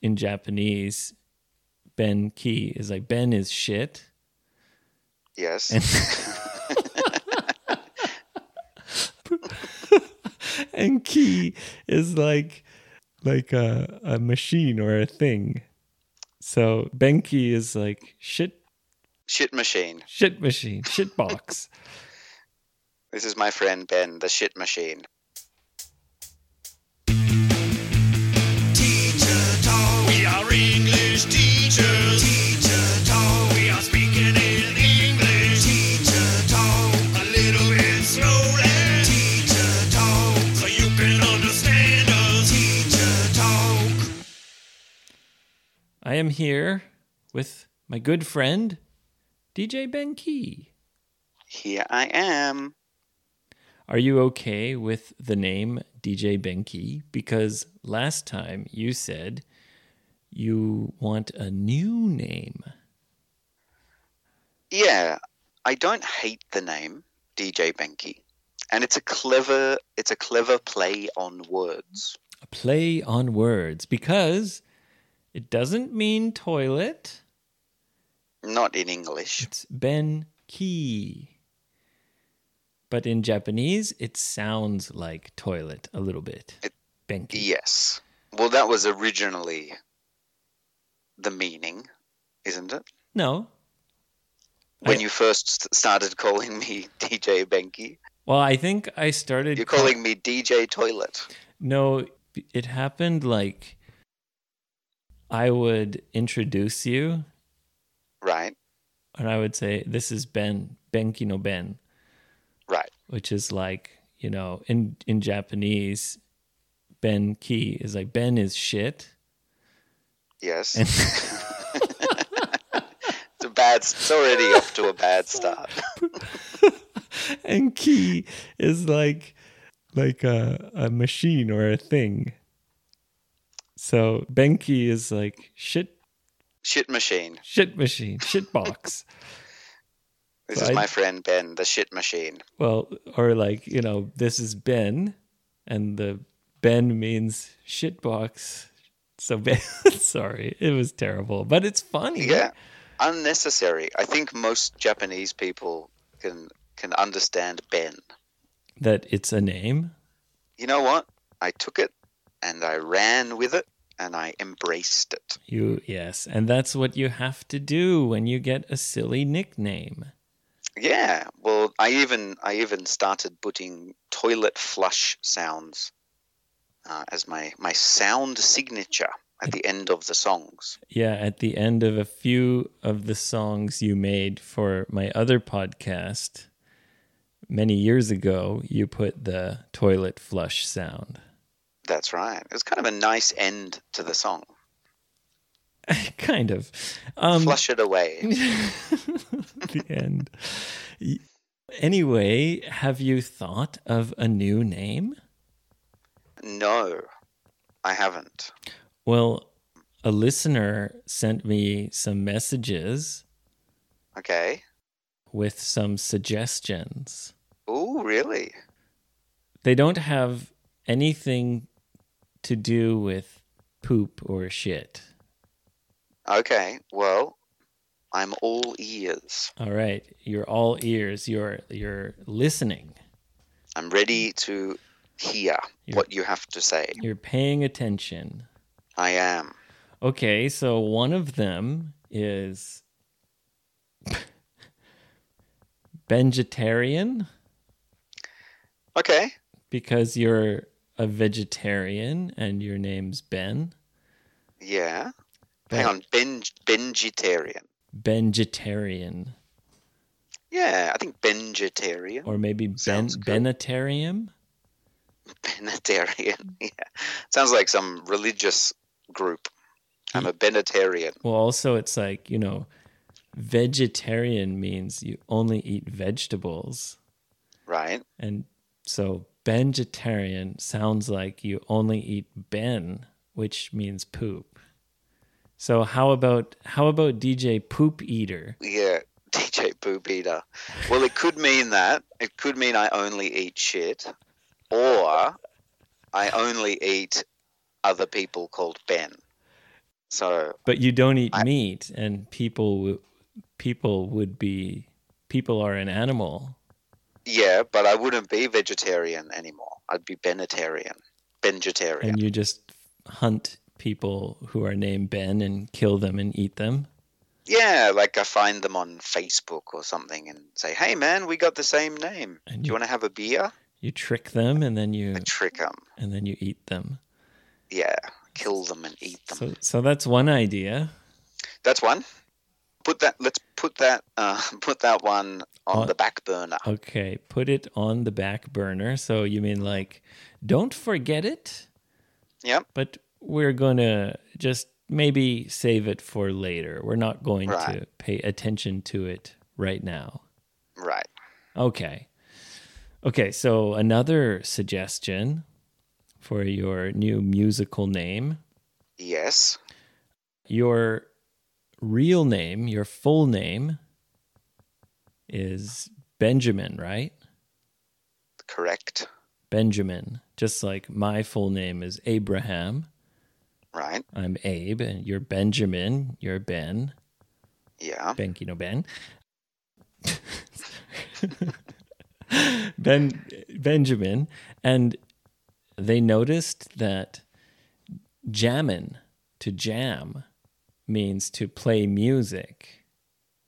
in Japanese, Ben Ki is like Ben is shit. Yes. and key is like like a, a machine or a thing. So Benki is like shit shit machine. shit machine, shit box. This is my friend Ben, the shit machine. Teacher talk. We are English teachers. Teacher talk. We are speaking in English. Teacher talk. A little bit slowly. Teacher talk. So you can understand us. Teacher talk. I am here with my good friend DJ Benki. Here I am. Are you okay with the name DJ Benki? Because last time you said you want a new name. Yeah, I don't hate the name DJ Benki, and it's a clever it's a clever play on words. A play on words because it doesn't mean toilet. Not in English. It's Ben Ki. But in Japanese, it sounds like toilet a little bit. It- Benki. Yes. Well, that was originally the meaning, isn't it? No. When I- you first st- started calling me DJ Benki, Well, I think I started. you're calling me DJ Toilet. No, it happened like I would introduce you Right, and I would say, This is Ben, Benki no Ben, right. which is like, you know, in, in Japanese, Ben Ki is like, Ben is shit. Yes. it's a bad. It's already off to a bad start. and key is like like a, a machine or a thing so benki is like shit Shit machine. shit machine shit box This So is I- my friend Ben, the shit machine. well or like you know this is ben and the ben means shit box so ben sorry it was terrible but it's funny Yeah. Unnecessary. I think most Japanese people can can understand Ben. that it's a name You know what? I took it and I ran with it and I embraced it. you yes and that's what you have to do when you get a silly nickname Yeah. Well, I even I even started putting toilet flush sounds uh, as my my sound signature at the end of the songs. Yeah, at the end of a few of the songs you made for my other podcast many years ago, you put the toilet flush sound. That's right. It was kind of a nice end to the song. kind of. Um, flush it away. the end. Y- Anyway, have you thought of a new name? No, I haven't. Well, a listener sent me some messages Okay. with some suggestions. Oh, really? they don't have anything to do with poop or shit. Okay. Well, I'm all ears. All right, you're all ears. You're you're listening. I'm ready to hear You're- what you have to say. You're paying attention. I am. Okay, so one of them is vegetarian Okay. because you're a vegetarian and your name's Ben. Yeah. Ben- Hang on. Ben Benjitarian. Benjitarian Yeah, I think Benjitarian. or maybe ben, Sounds good. Benetarium. Mm. Benitarian. Yeah. Sounds like some religious group. Mm. I'm a Benitarian. Well, also, it's like, you know, vegetarian means you only eat vegetables. Right. And so, vegetarian sounds like you only eat ben, which means poop. So how about how about DJ Poop Eater? Yeah. DJ Poop Eater. Well, it could mean that. It could mean I only eat shit. Or I only eat other people called Ben. So but you don't eat I- meat and people w- people would be people are an animal yeah, but I wouldn't be vegetarian anymore. I'd be benetarian, benjetarian. and you just hunt people who are named Ben and kill them and eat them. Yeah, like I find them on Facebook or something and say, "Hey, man, we got the same name. And Do you- you want to have a beer?" You trick them and then you I trick them. and then you eat them. Yeah, kill them and eat them. So so that's one idea. That's one. Put that. Let's put that. Uh, put that one on On- the back burner. Okay, put it on the back burner. So you mean like don't forget it, Yep. but we're going to just maybe save it for later. We're not going to Right. pay attention to it right now. Right. Okay. Okay, so another suggestion for your new musical name. Yes. Your real name, your full name is Benjamin, right? Correct. Benjamin. Just like my full name is Abraham. Right. I'm Abe, and you're Benjamin. You're Ben. Yeah. Benkino Ben. ben Benjamin. And they noticed that jammin', to jam, means to play music.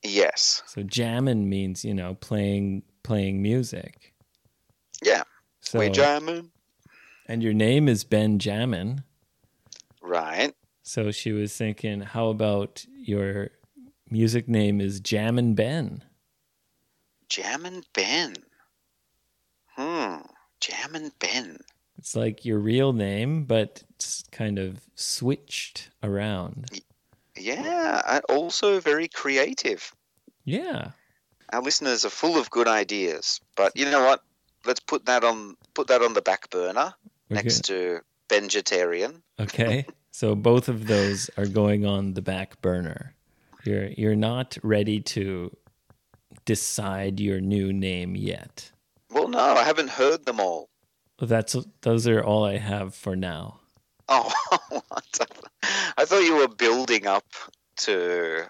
Yes. So jammin' means, you know, playing playing music. Yeah. So We're German. and your name is Benjamin. Right. So she was thinking, how about your music name is Jammin' Ben? Jam and Ben. Hmm. Jam and Ben. It's like your real name, but it's kind of switched around. Yeah. and Also very creative. Yeah. Our listeners are full of good ideas, but you know what? Let's put that on put that on the back burner we're next to Benjetarian. good. Okay. so both of those are going on the back burner. You're you're not ready to decide your new name yet. Well, no, I haven't heard them all. That's those are all I have for now. Oh, what? I thought you were building up to,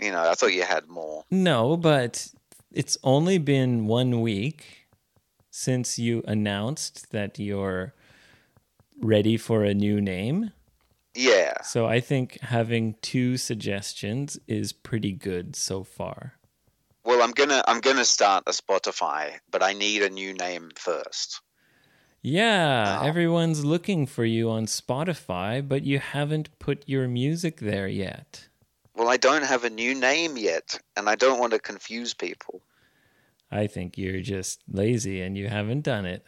you know, I thought you had more. No, but it's only been one week since you announced that you're ready for a new name. Yeah, So I think having two suggestions is pretty good so far. well, I'm gonna I'm gonna start a Spotify, but I need a new name first. Yeah, Wow. everyone's looking for you on Spotify, but you haven't put your music there yet. Well, I don't have a new name yet, and I don't want to confuse people. I think you're just lazy and you haven't done it.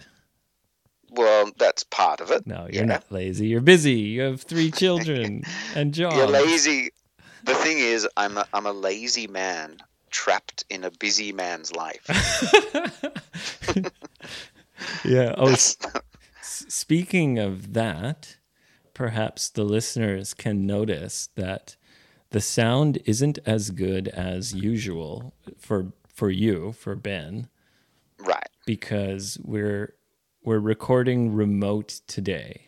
Well, that's part of it. No, you're Yeah. not lazy. You're busy. You have three children and jobs. You're lazy. The thing is, I'm a, I'm a lazy man trapped in a busy man's life. yeah. Oh, s- That's- Speaking of that, perhaps the listeners can notice that the sound isn't as good as usual for for you, for Ben, right. because we're we're recording remote today.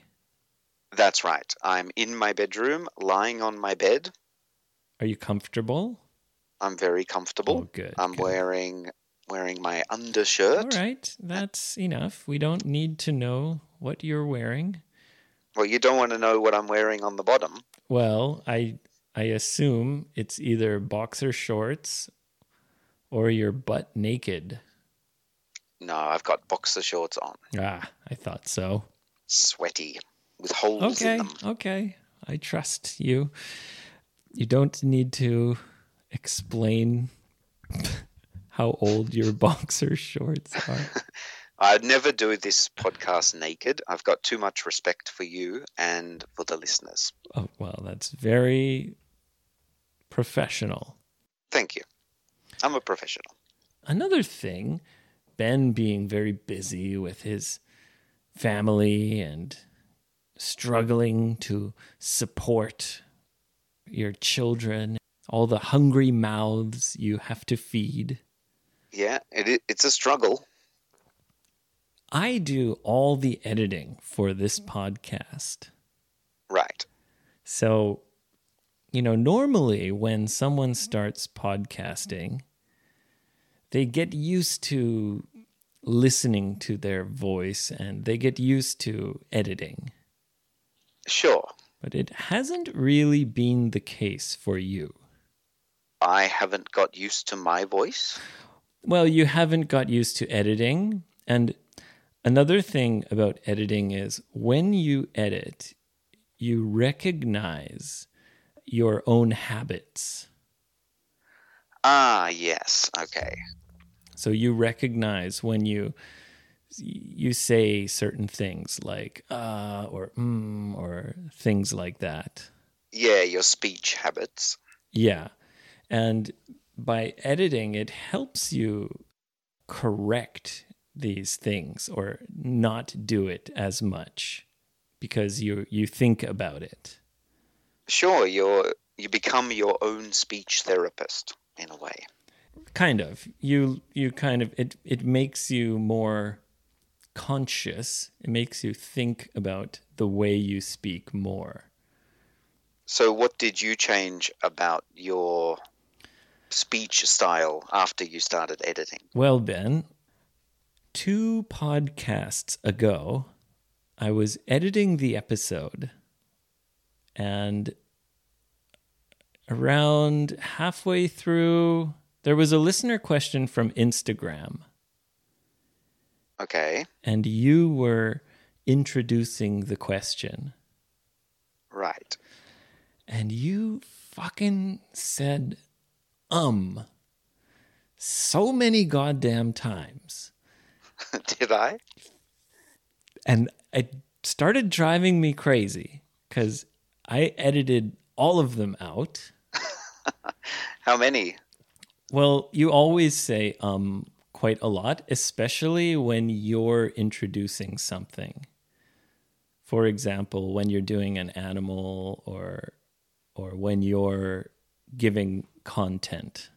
That's right. I'm in my bedroom, lying on my bed. Are you comfortable? I'm very comfortable. Oh, good, I'm good. wearing wearing my undershirt. All right, that's enough. We don't need to know what you're wearing. Well, you don't want to know what I'm wearing on the bottom. Well, I I assume it's either boxer shorts or you're butt naked. No, I've got boxer shorts on, Ah, I thought so. sweaty, with holes Okay, in them. okay. I trust you. You don't need to explain how old your boxer shorts are. I'd never do this podcast naked. I've got too much respect for you and for the listeners. Oh, well, that's very professional. Thank you. I'm a professional. Another thing, Ben being very busy with his family and struggling to support your children, all the hungry mouths you have to feed. Yeah, it, i- it's a struggle. I do all the editing for this podcast. Right. So you know, normally when someone starts podcasting, they get used to listening to their voice and they get used to editing. Sure. But it hasn't really been the case for you. I haven't got used to my voice. Well, you haven't got used to editing. And another thing about editing is when you edit, you recognize your own habits. Ah, yes. Okay. So you recognize when you you say certain things like uh or mm or things like that. Yeah, your speech habits. Yeah. And by editing, it helps you correct these things or not do it as much because you you think about it. Sure, you're you become your own speech therapist in a way. Kind of. You you kind of it it makes you more conscious. It makes you think about the way you speak more. So what did you change about your speech style after you started editing? Well, Ben, two podcasts ago, I was editing the episode, and around halfway through, there was a listener question from Instagram, Okay. and you were introducing the question, Right. and you fucking said, um, so many goddamn times. did I? and it started driving me crazy because I edited all of them out. How many? Well, you always say um quite a lot, especially when you're introducing something. For example, when you're doing an animal or or when you're giving content,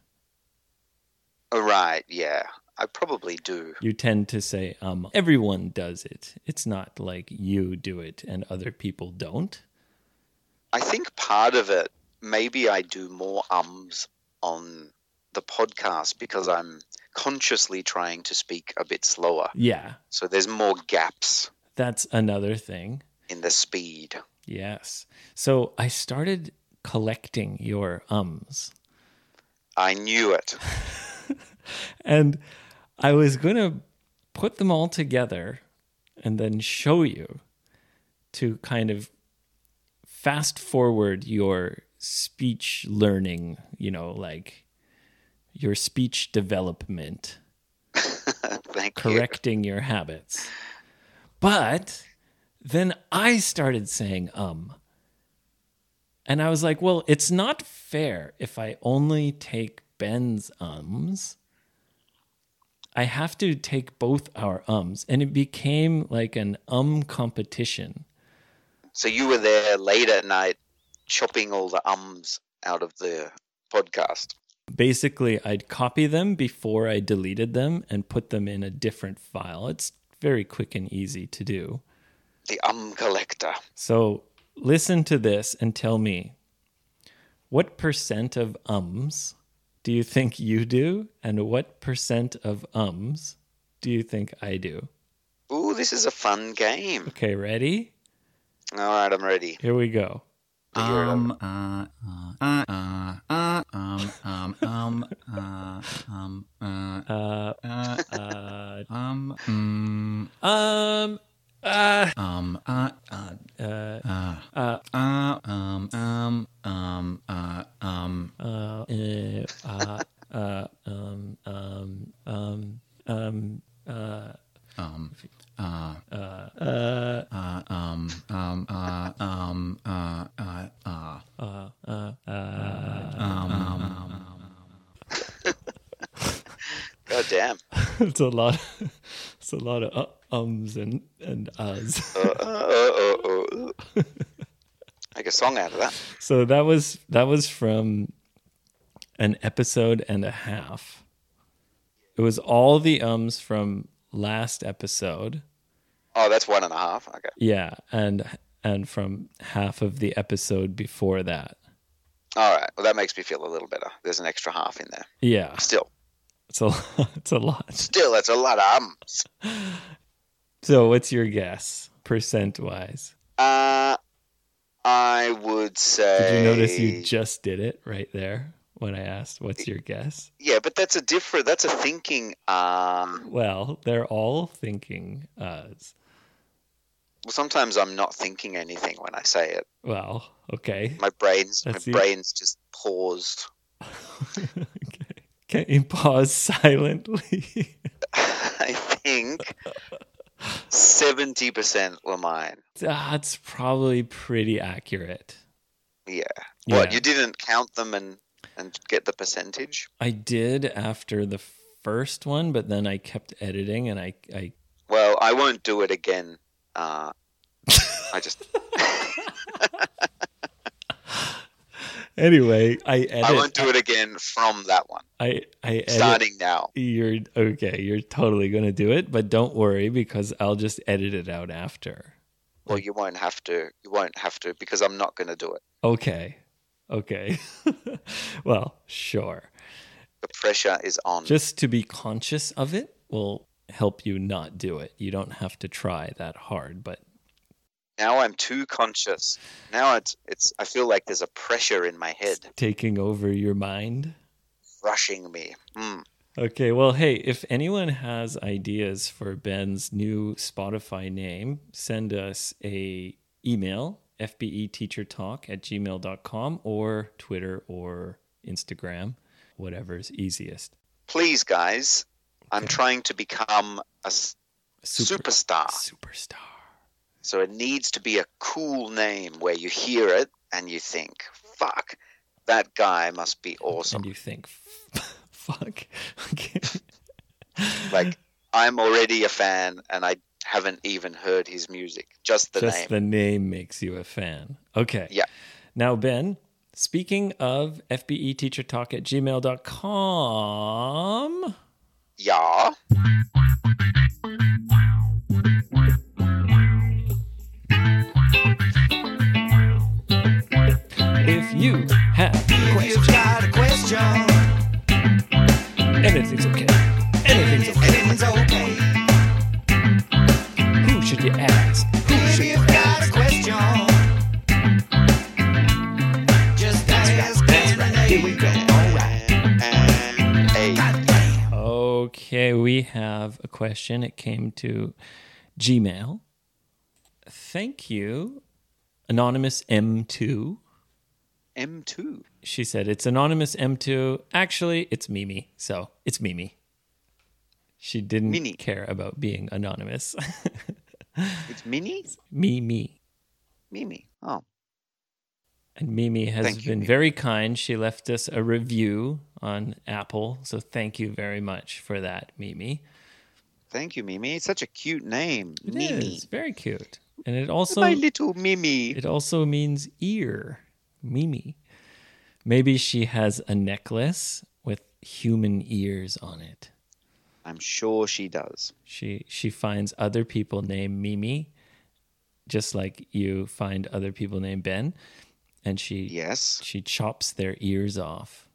Oh, right. Yeah. I probably do. you tend to say um everyone does it. It's not like you do it and other people don't. I think part of it, maybe I do more ums on the podcast because I'm consciously trying to speak a bit slower. Yeah, So there's more gaps that's another thing. in the speed. Yes. So I started collecting your ums I knew it. and I was going to put them all together and then show you to kind of fast forward your speech learning, you know, like your speech development, Thank correcting your habits. But then I started saying um. And I was like, well, it's not fair if I only take Ben's ums. I have to take both our ums. And it became like an um competition. you. So you were there late at night chopping all the ums out of the podcast. Basically, I'd copy them before I deleted them and put them in a different file. It's very quick and easy to do. The um collector. So listen to this and tell me what percent of ums do you think you do, and what percent of ums do you think I do? Ooh, this is a fun game. Okay, ready? All right, I'm ready. Here we go. Um, uh, uh, uh, uh, um, um, um, uh, um, uh, Uh, uh, uh, um, mm, um, uh, um, uh, uh, uh, uh, um, um, um, uh, um, uh, eh, uh, uh, um, um, um, um, uh, um, uh, uh, um, um, uh, um, uh, uh, uh, uh, uh, uh. um, God damn. it's a lot. It's a lot of uh, ums and and uhs. Uh, uh, uh, uh, uh. Make a song out of that. so that was that was from an episode and a half it was all the ums from last episode Oh, that's one and a half. Okay. yeah and and from half of the episode before that All right. Well, that makes me feel a little better. There's an extra half in there. Yeah, Still, it's a it's a lot. still, that's a lot of ums. So, what's your guess percent wise? Uh, I would say. Did you notice you just did it right there when I asked what's your guess? Yeah, but that's a different. That's a thinking. Um, Well, they're all thinking uh, us. well, sometimes I'm not thinking anything when I say it. Well, okay. My brains, That's my you. brains just paused. okay. Can you pause silently? I think seventy percent were mine. That's probably pretty accurate. Yeah. Yeah. What you didn't count them and and get the percentage? I did after the first one, but then I kept editing and I, I Well, I won't do it again. Uh, I just anyway, I edit. I won't do it again from that one. I, I edit. Starting now. You're okay. You're totally going to do it, but don't worry because I'll just edit it out after. Well, you won't have to. You won't have to because I'm not going to do it. Okay. Okay. well, sure. The pressure is on. Just to be conscious of it will help you not do it. You don't have to try that hard, but now I'm too conscious. Now it's it's. I feel like there's a pressure in my head it's taking over your mind. rushing me. Hmm. Okay, well, hey, if anyone has ideas for Ben's new Spotify name, send us a email, fbeteachertalk at gmail.com or Twitter or Instagram, whatever's easiest. Please, guys, I'm trying to become a s- superstar. Superstar. So it needs to be a cool name where you hear it and you think, "Fuck, that guy must be awesome." And you think, fuck. Okay. Like I'm already a fan and I haven't even heard his music. Just the Just name. the name makes you a fan. Okay. Yeah. Now, Ben, speaking of fbeteachertalk at gmail.com. yeah. If you have You've got a question. anything's okay, anything's okay. Anything's okay. Who should you ask? Who If should you you've got a ask? question, just ask Ben and they will And a Goddamn. Okay, we have a question. It came to Gmail. Thank you, anonymous M2. M2. She said it's anonymous M2. Actually, it's Mimi, so it's Mimi. She didn't Mini. care about being anonymous. It's Mini? Mimi. Mimi. Oh. And Mimi has Thank you, been Mimi. very kind. She left us a review on Apple. So thank you very much for that, Mimi. Thank you, Mimi. It's such a cute name. It is Mimi. very cute. And it also My little Mimi. it also means ear. Mimi. Maybe she has a necklace with human ears on it. I'm sure she does. She she finds other people named Mimi, just like you find other people named Ben. And she Yes. She chops their ears off.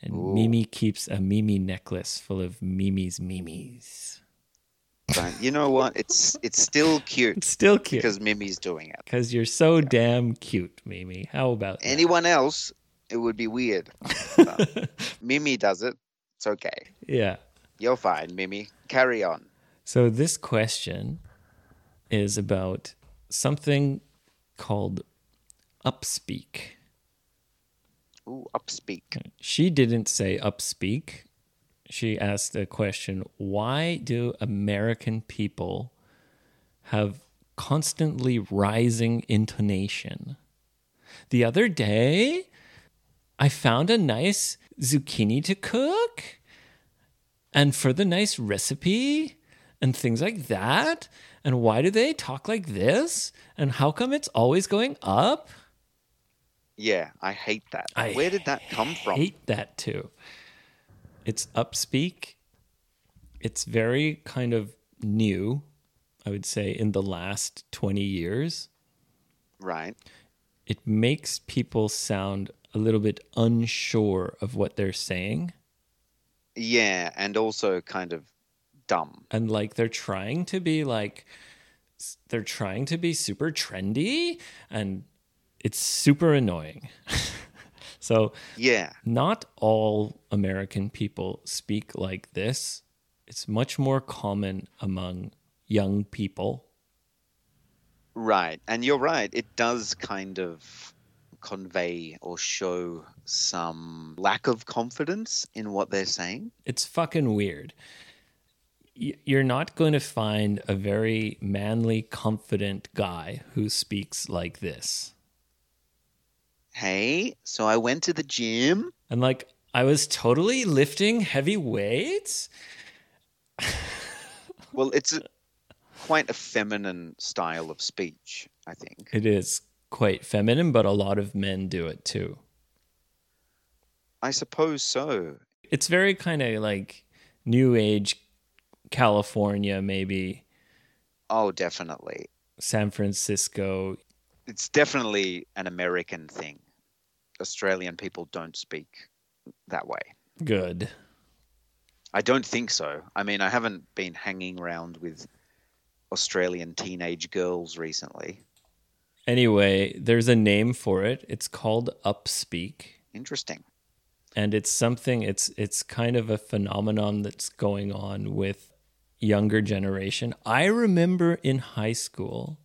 And Mimi keeps a Mimi necklace full of Mimi's Mimis. But you know what? It's it's still cute It's still cute. because Mimi's doing it. Because you're so damn cute, Mimi. How about that? Anyone else, it would be weird. But Mimi does it. It's okay. Yeah. You're fine, Mimi. Carry on. So this question is about something called upspeak. Ooh, upspeak. She didn't say upspeak. She asked a question Why do American people have constantly rising intonation? The other day, I found a nice zucchini to cook. And for the nice recipe and things like that. And why do they talk like this? And how come it's always going up? Yeah, I hate that. I Where did that come from? hate that too. It's upspeak. It's very kind of new, I would say, in the last 20 years. Right. It makes people sound a a little bit unsure of what they're saying Yeah, and also kind of dumb. and like they're trying to be like s- they're trying to be super trendy and it's super annoying. so, Yeah, not all American people speak like this. It's much more common among young people. right. And you're right. It does kind of convey or show some lack of confidence in what they're saying. It's fucking weird. Y- You're not going to find a very manly, confident guy who speaks like this. Hey, so I went to the gym. And like, I was totally lifting heavy weights. Well, it's a, quite a feminine style of speech, I think. It is quite feminine, but a lot of men do it too. I suppose so. It's very kind of like new age California, maybe Oh, definitely. San Francisco. It's definitely an American thing. Australian people don't speak that way. Good. I don't think so. I mean, I haven't been hanging around with Australian teenage girls recently. Anyway, there's a name for it. It's called upspeak. Interesting. And it's something it's it's kind of a phenomenon that's going on with younger generation. I remember in high school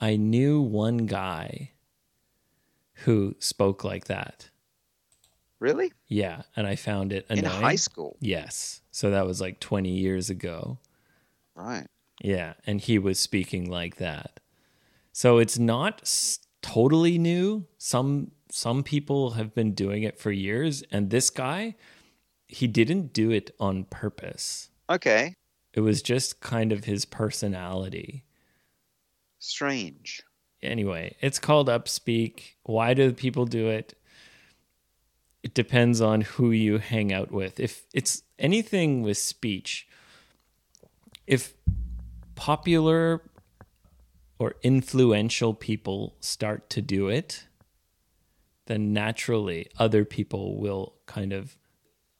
I knew one guy who spoke like that. Really? Yeah, and I found it In annoying. high school? Yes. So that was like 20 years ago. Right. Yeah, and he was speaking like that. So it's not s- totally new. Some some people have been doing it for years and this guy he didn't do it on purpose. Okay. It was just kind of his personality. Strange. Anyway, it's called upspeak. Why do people do it? It depends on who you hang out with. If it's anything with speech, if popular or influential people start to do it, then naturally other people will kind of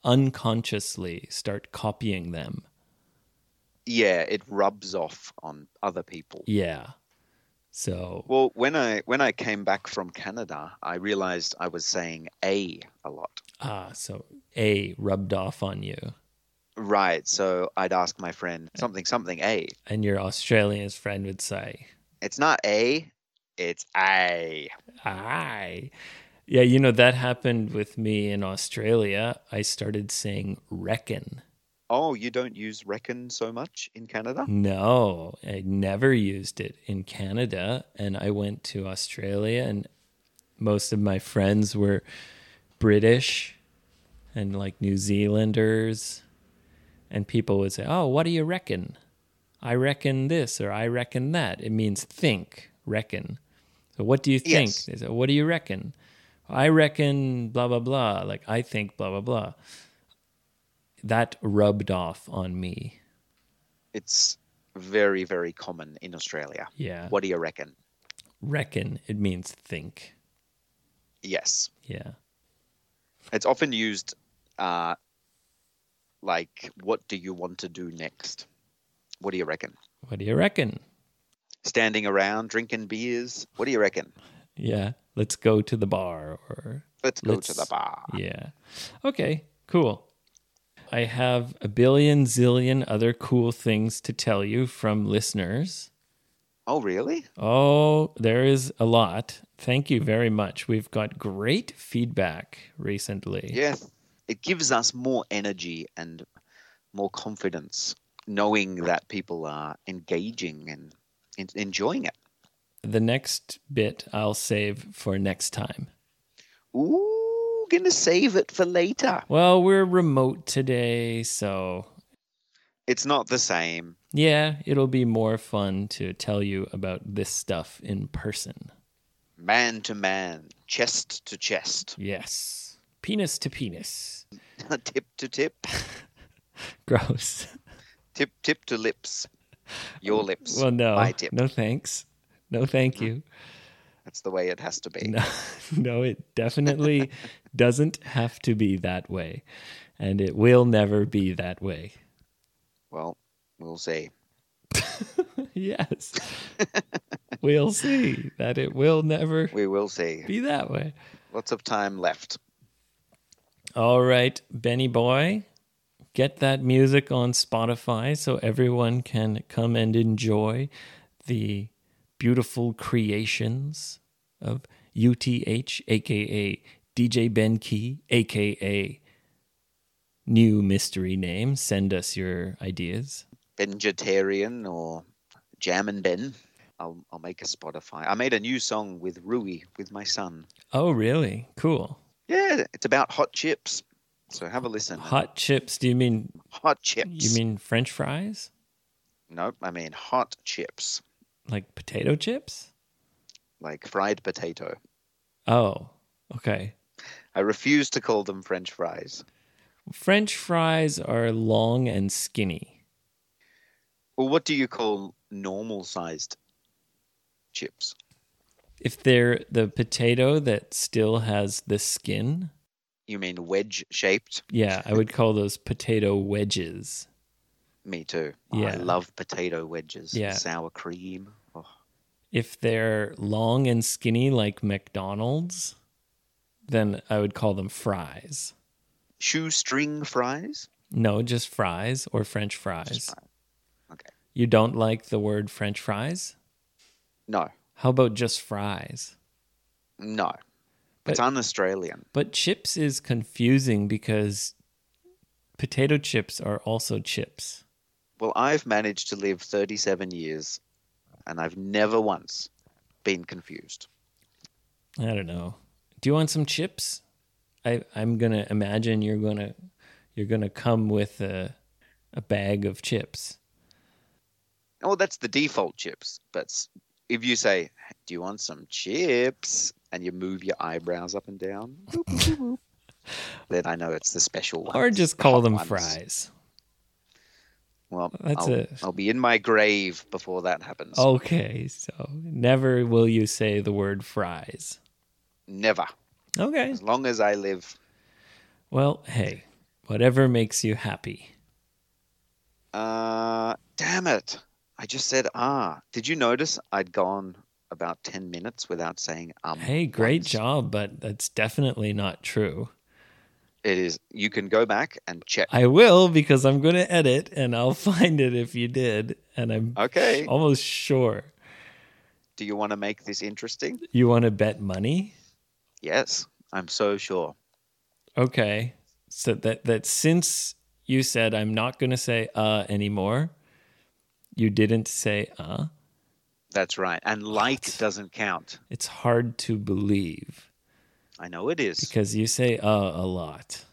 unconsciously start copying them. Yeah, it rubs off on other people. Yeah. So, Well, when I when I came back from Canada, I realized I was saying a a lot. ah, so A rubbed off on you. Right. So I'd ask my friend something something a. and your Australian friend would say, It's not a, it's a. "Aye." Yeah, you know that happened with me in Australia. I started saying "reckon." Oh, you don't use reckon so much in Canada? Hmm. No, I never used it in Canada, and I went to Australia, and most of my friends were British and like New Zealanders, and people would say, "Oh, what do you reckon?" I reckon this or I reckon that. It means think, reckon. So what do you think? Yes. They say, what do you reckon? I reckon blah blah blah. Like I think blah blah blah. That rubbed off on me. It's very, very common in Australia. Yeah. What do you reckon? reckon it means think Yes. yeah It's often used uh, like, what do you want to do next? What do you reckon? what do you reckon Standing around, drinking beers. What do you reckon? yeah let's go to the bar or Let's go to Let's- the bar. yeah okay cool i have a billion zillion other cool things to tell you from listeners Oh, really? oh there is a lot thank you very much we've got great feedback recently Yes. It gives us more energy and more confidence knowing that people are engaging and en- enjoying it. the next bit i'll save for next time Ooh, gonna save it for later. well we're remote today so It's not the same. Yeah, it'll be more fun to tell you about this stuff in person. Man to man, chest to chest, Yes. Penis to penis. tip to tip, Gross. tip tip to lips. Your lips. Well, no. My tip. No thanks. No thank you. That's the way it has to be. No, no, it definitely doesn't have to be that way. And it will never be that way. Well, we'll see. yes. we'll see that it will never We will see. be that way. Lots of time left. All right, Benny Boy, get that music on Spotify so everyone can come and enjoy the beautiful creations of UTH, aka DJ Ben Key, aka new mystery name. Send us your ideas. Benjetarian or Jam and Ben. I'll, I'll make a Spotify. I made a new song with Rui, with my son. Oh, really? Cool. Yeah, it's about hot chips. So have a listen. Hot chips? Do you mean Hot chips. you mean French fries? Nope, I mean hot chips, Like potato chips? like fried potato. Oh, okay. I refuse to call them French fries. French fries are long and skinny. Well, what do you call normal sized chips? If they're the potato that still has the skin, You mean wedge shaped? yeah, I would call those potato wedges. Me too. Oh, I Yeah. love potato wedges. Yeah. Sour cream. Oh, If they're long and skinny like McDonald's, then I would call them fries. shoestring fries? No, just fries or French fries. Just fries. Okay. You don't like the word French fries? No, How about just fries? no. But- it's un Australian. But chips is confusing because potato chips are also chips. Well, I've managed to live 37 years and I've never once been confused. I don't know. Do you want some chips? I I'm gonna imagine you're gonna you're gonna come with a a bag of chips. Oh, that's the default chips. But s- if you say, "Do you want some chips?" and you move your eyebrows up and down, boop, boop, boop, then I know it's the special ones. Or just the call hot them ones. fries. Well, That's I'll, it. I'll be in my grave before that happens. Oh, Okay, so never will you say the word fries. never. Okay. As long as I live, Well, hey, whatever makes you happy. uh, damn it! I just said ah. Did you notice I'd gone about ten minutes without saying um? Hey, great once? job, but that's definitely not true. It is. You can go back and check. I will because I'm going to edit and I'll find it if you did. And I'm Okay. almost sure. Do you want to make this interesting? You want to bet money? Yes, I'm so sure. Okay. So that that since you said I'm not going to say uh anymore, you didn't say uh. That's right. And like What? doesn't count. It's hard to believe I know it is. because you say uh a lot.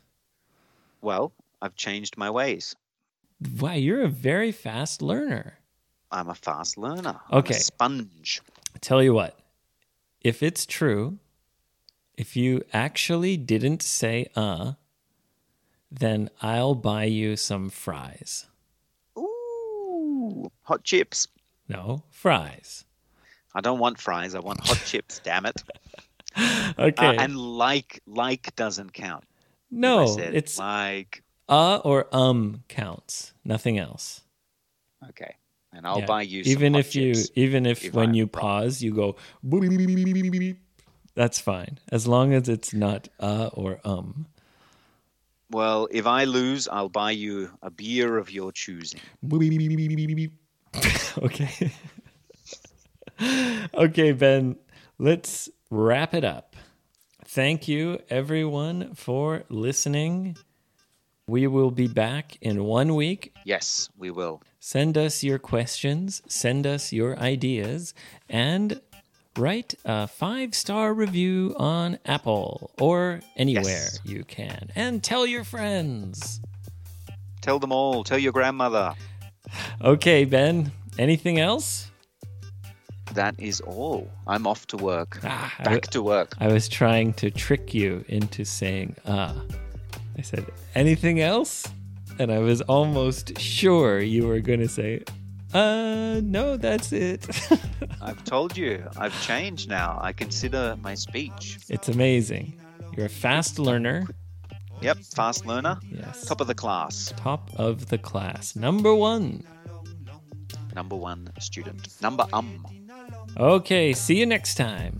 Well, I've changed my ways. Wow, you're a very fast learner. I'm a fast learner. Okay. I'm a sponge. I tell you what. If it's true, if you actually didn't say uh, then I'll buy you some fries. Ooh, hot chips. No, fries. I don't want fries. I want hot chips. Damn it. Okay. Uh, and like like doesn't count. If I no, said it's like uh or um counts nothing else okay. And I'll Yeah. buy you some even hot if you chips. even if, if when I'm you wrong. pause you go "Boop-boop-boop-boop-boop-boop." that's fine as long as it's not uh or um Well, if I lose, I'll buy you a beer of your choosing. Boop-boop-boop-boop-boop-boop. okay okay ben let's wrap it up thank you everyone for listening we will be back in one week Yes, we will. Send us your questions, send us your ideas, and write a five star review on Apple or anywhere Yes. you can. And tell your friends. Tell them all. Tell your grandmother. Okay, Ben, anything else? That is all. I'm off to work. Ah, I w- Back to work. I was trying to trick you into saying, ah. I said, anything else? And I was almost sure you were going to say, Uh, no, that's it. I've told you, I've changed now. I consider my speech. it's amazing. You're a fast learner. Yep, fast learner, Yes. top of the class, Top of the class. Number one. number one student, number um. Okay, see you next time.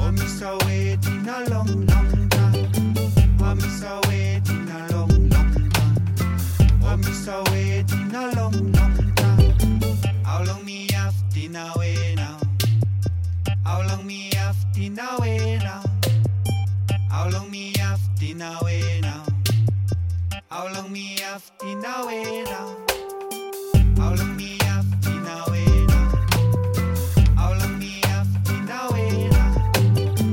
Oh, miss a waiting a long, long time. Oh, miss a waiting a long, long time. Oh, miss a waiting a long, long time. How long me have to now wait now? How long me have to now wait now? How long me have to now wait now? How long me have to now wait now? How long me have to now wait now? How long me have to now wait now?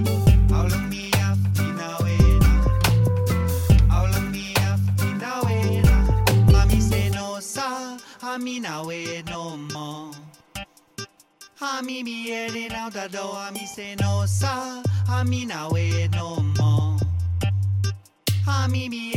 How long me have been away now? How long me have been away now? Mommy say no, sir, I'm in away no more. I'm in me heading out the door. Me say no, sir, I'm in away no more. I'm in me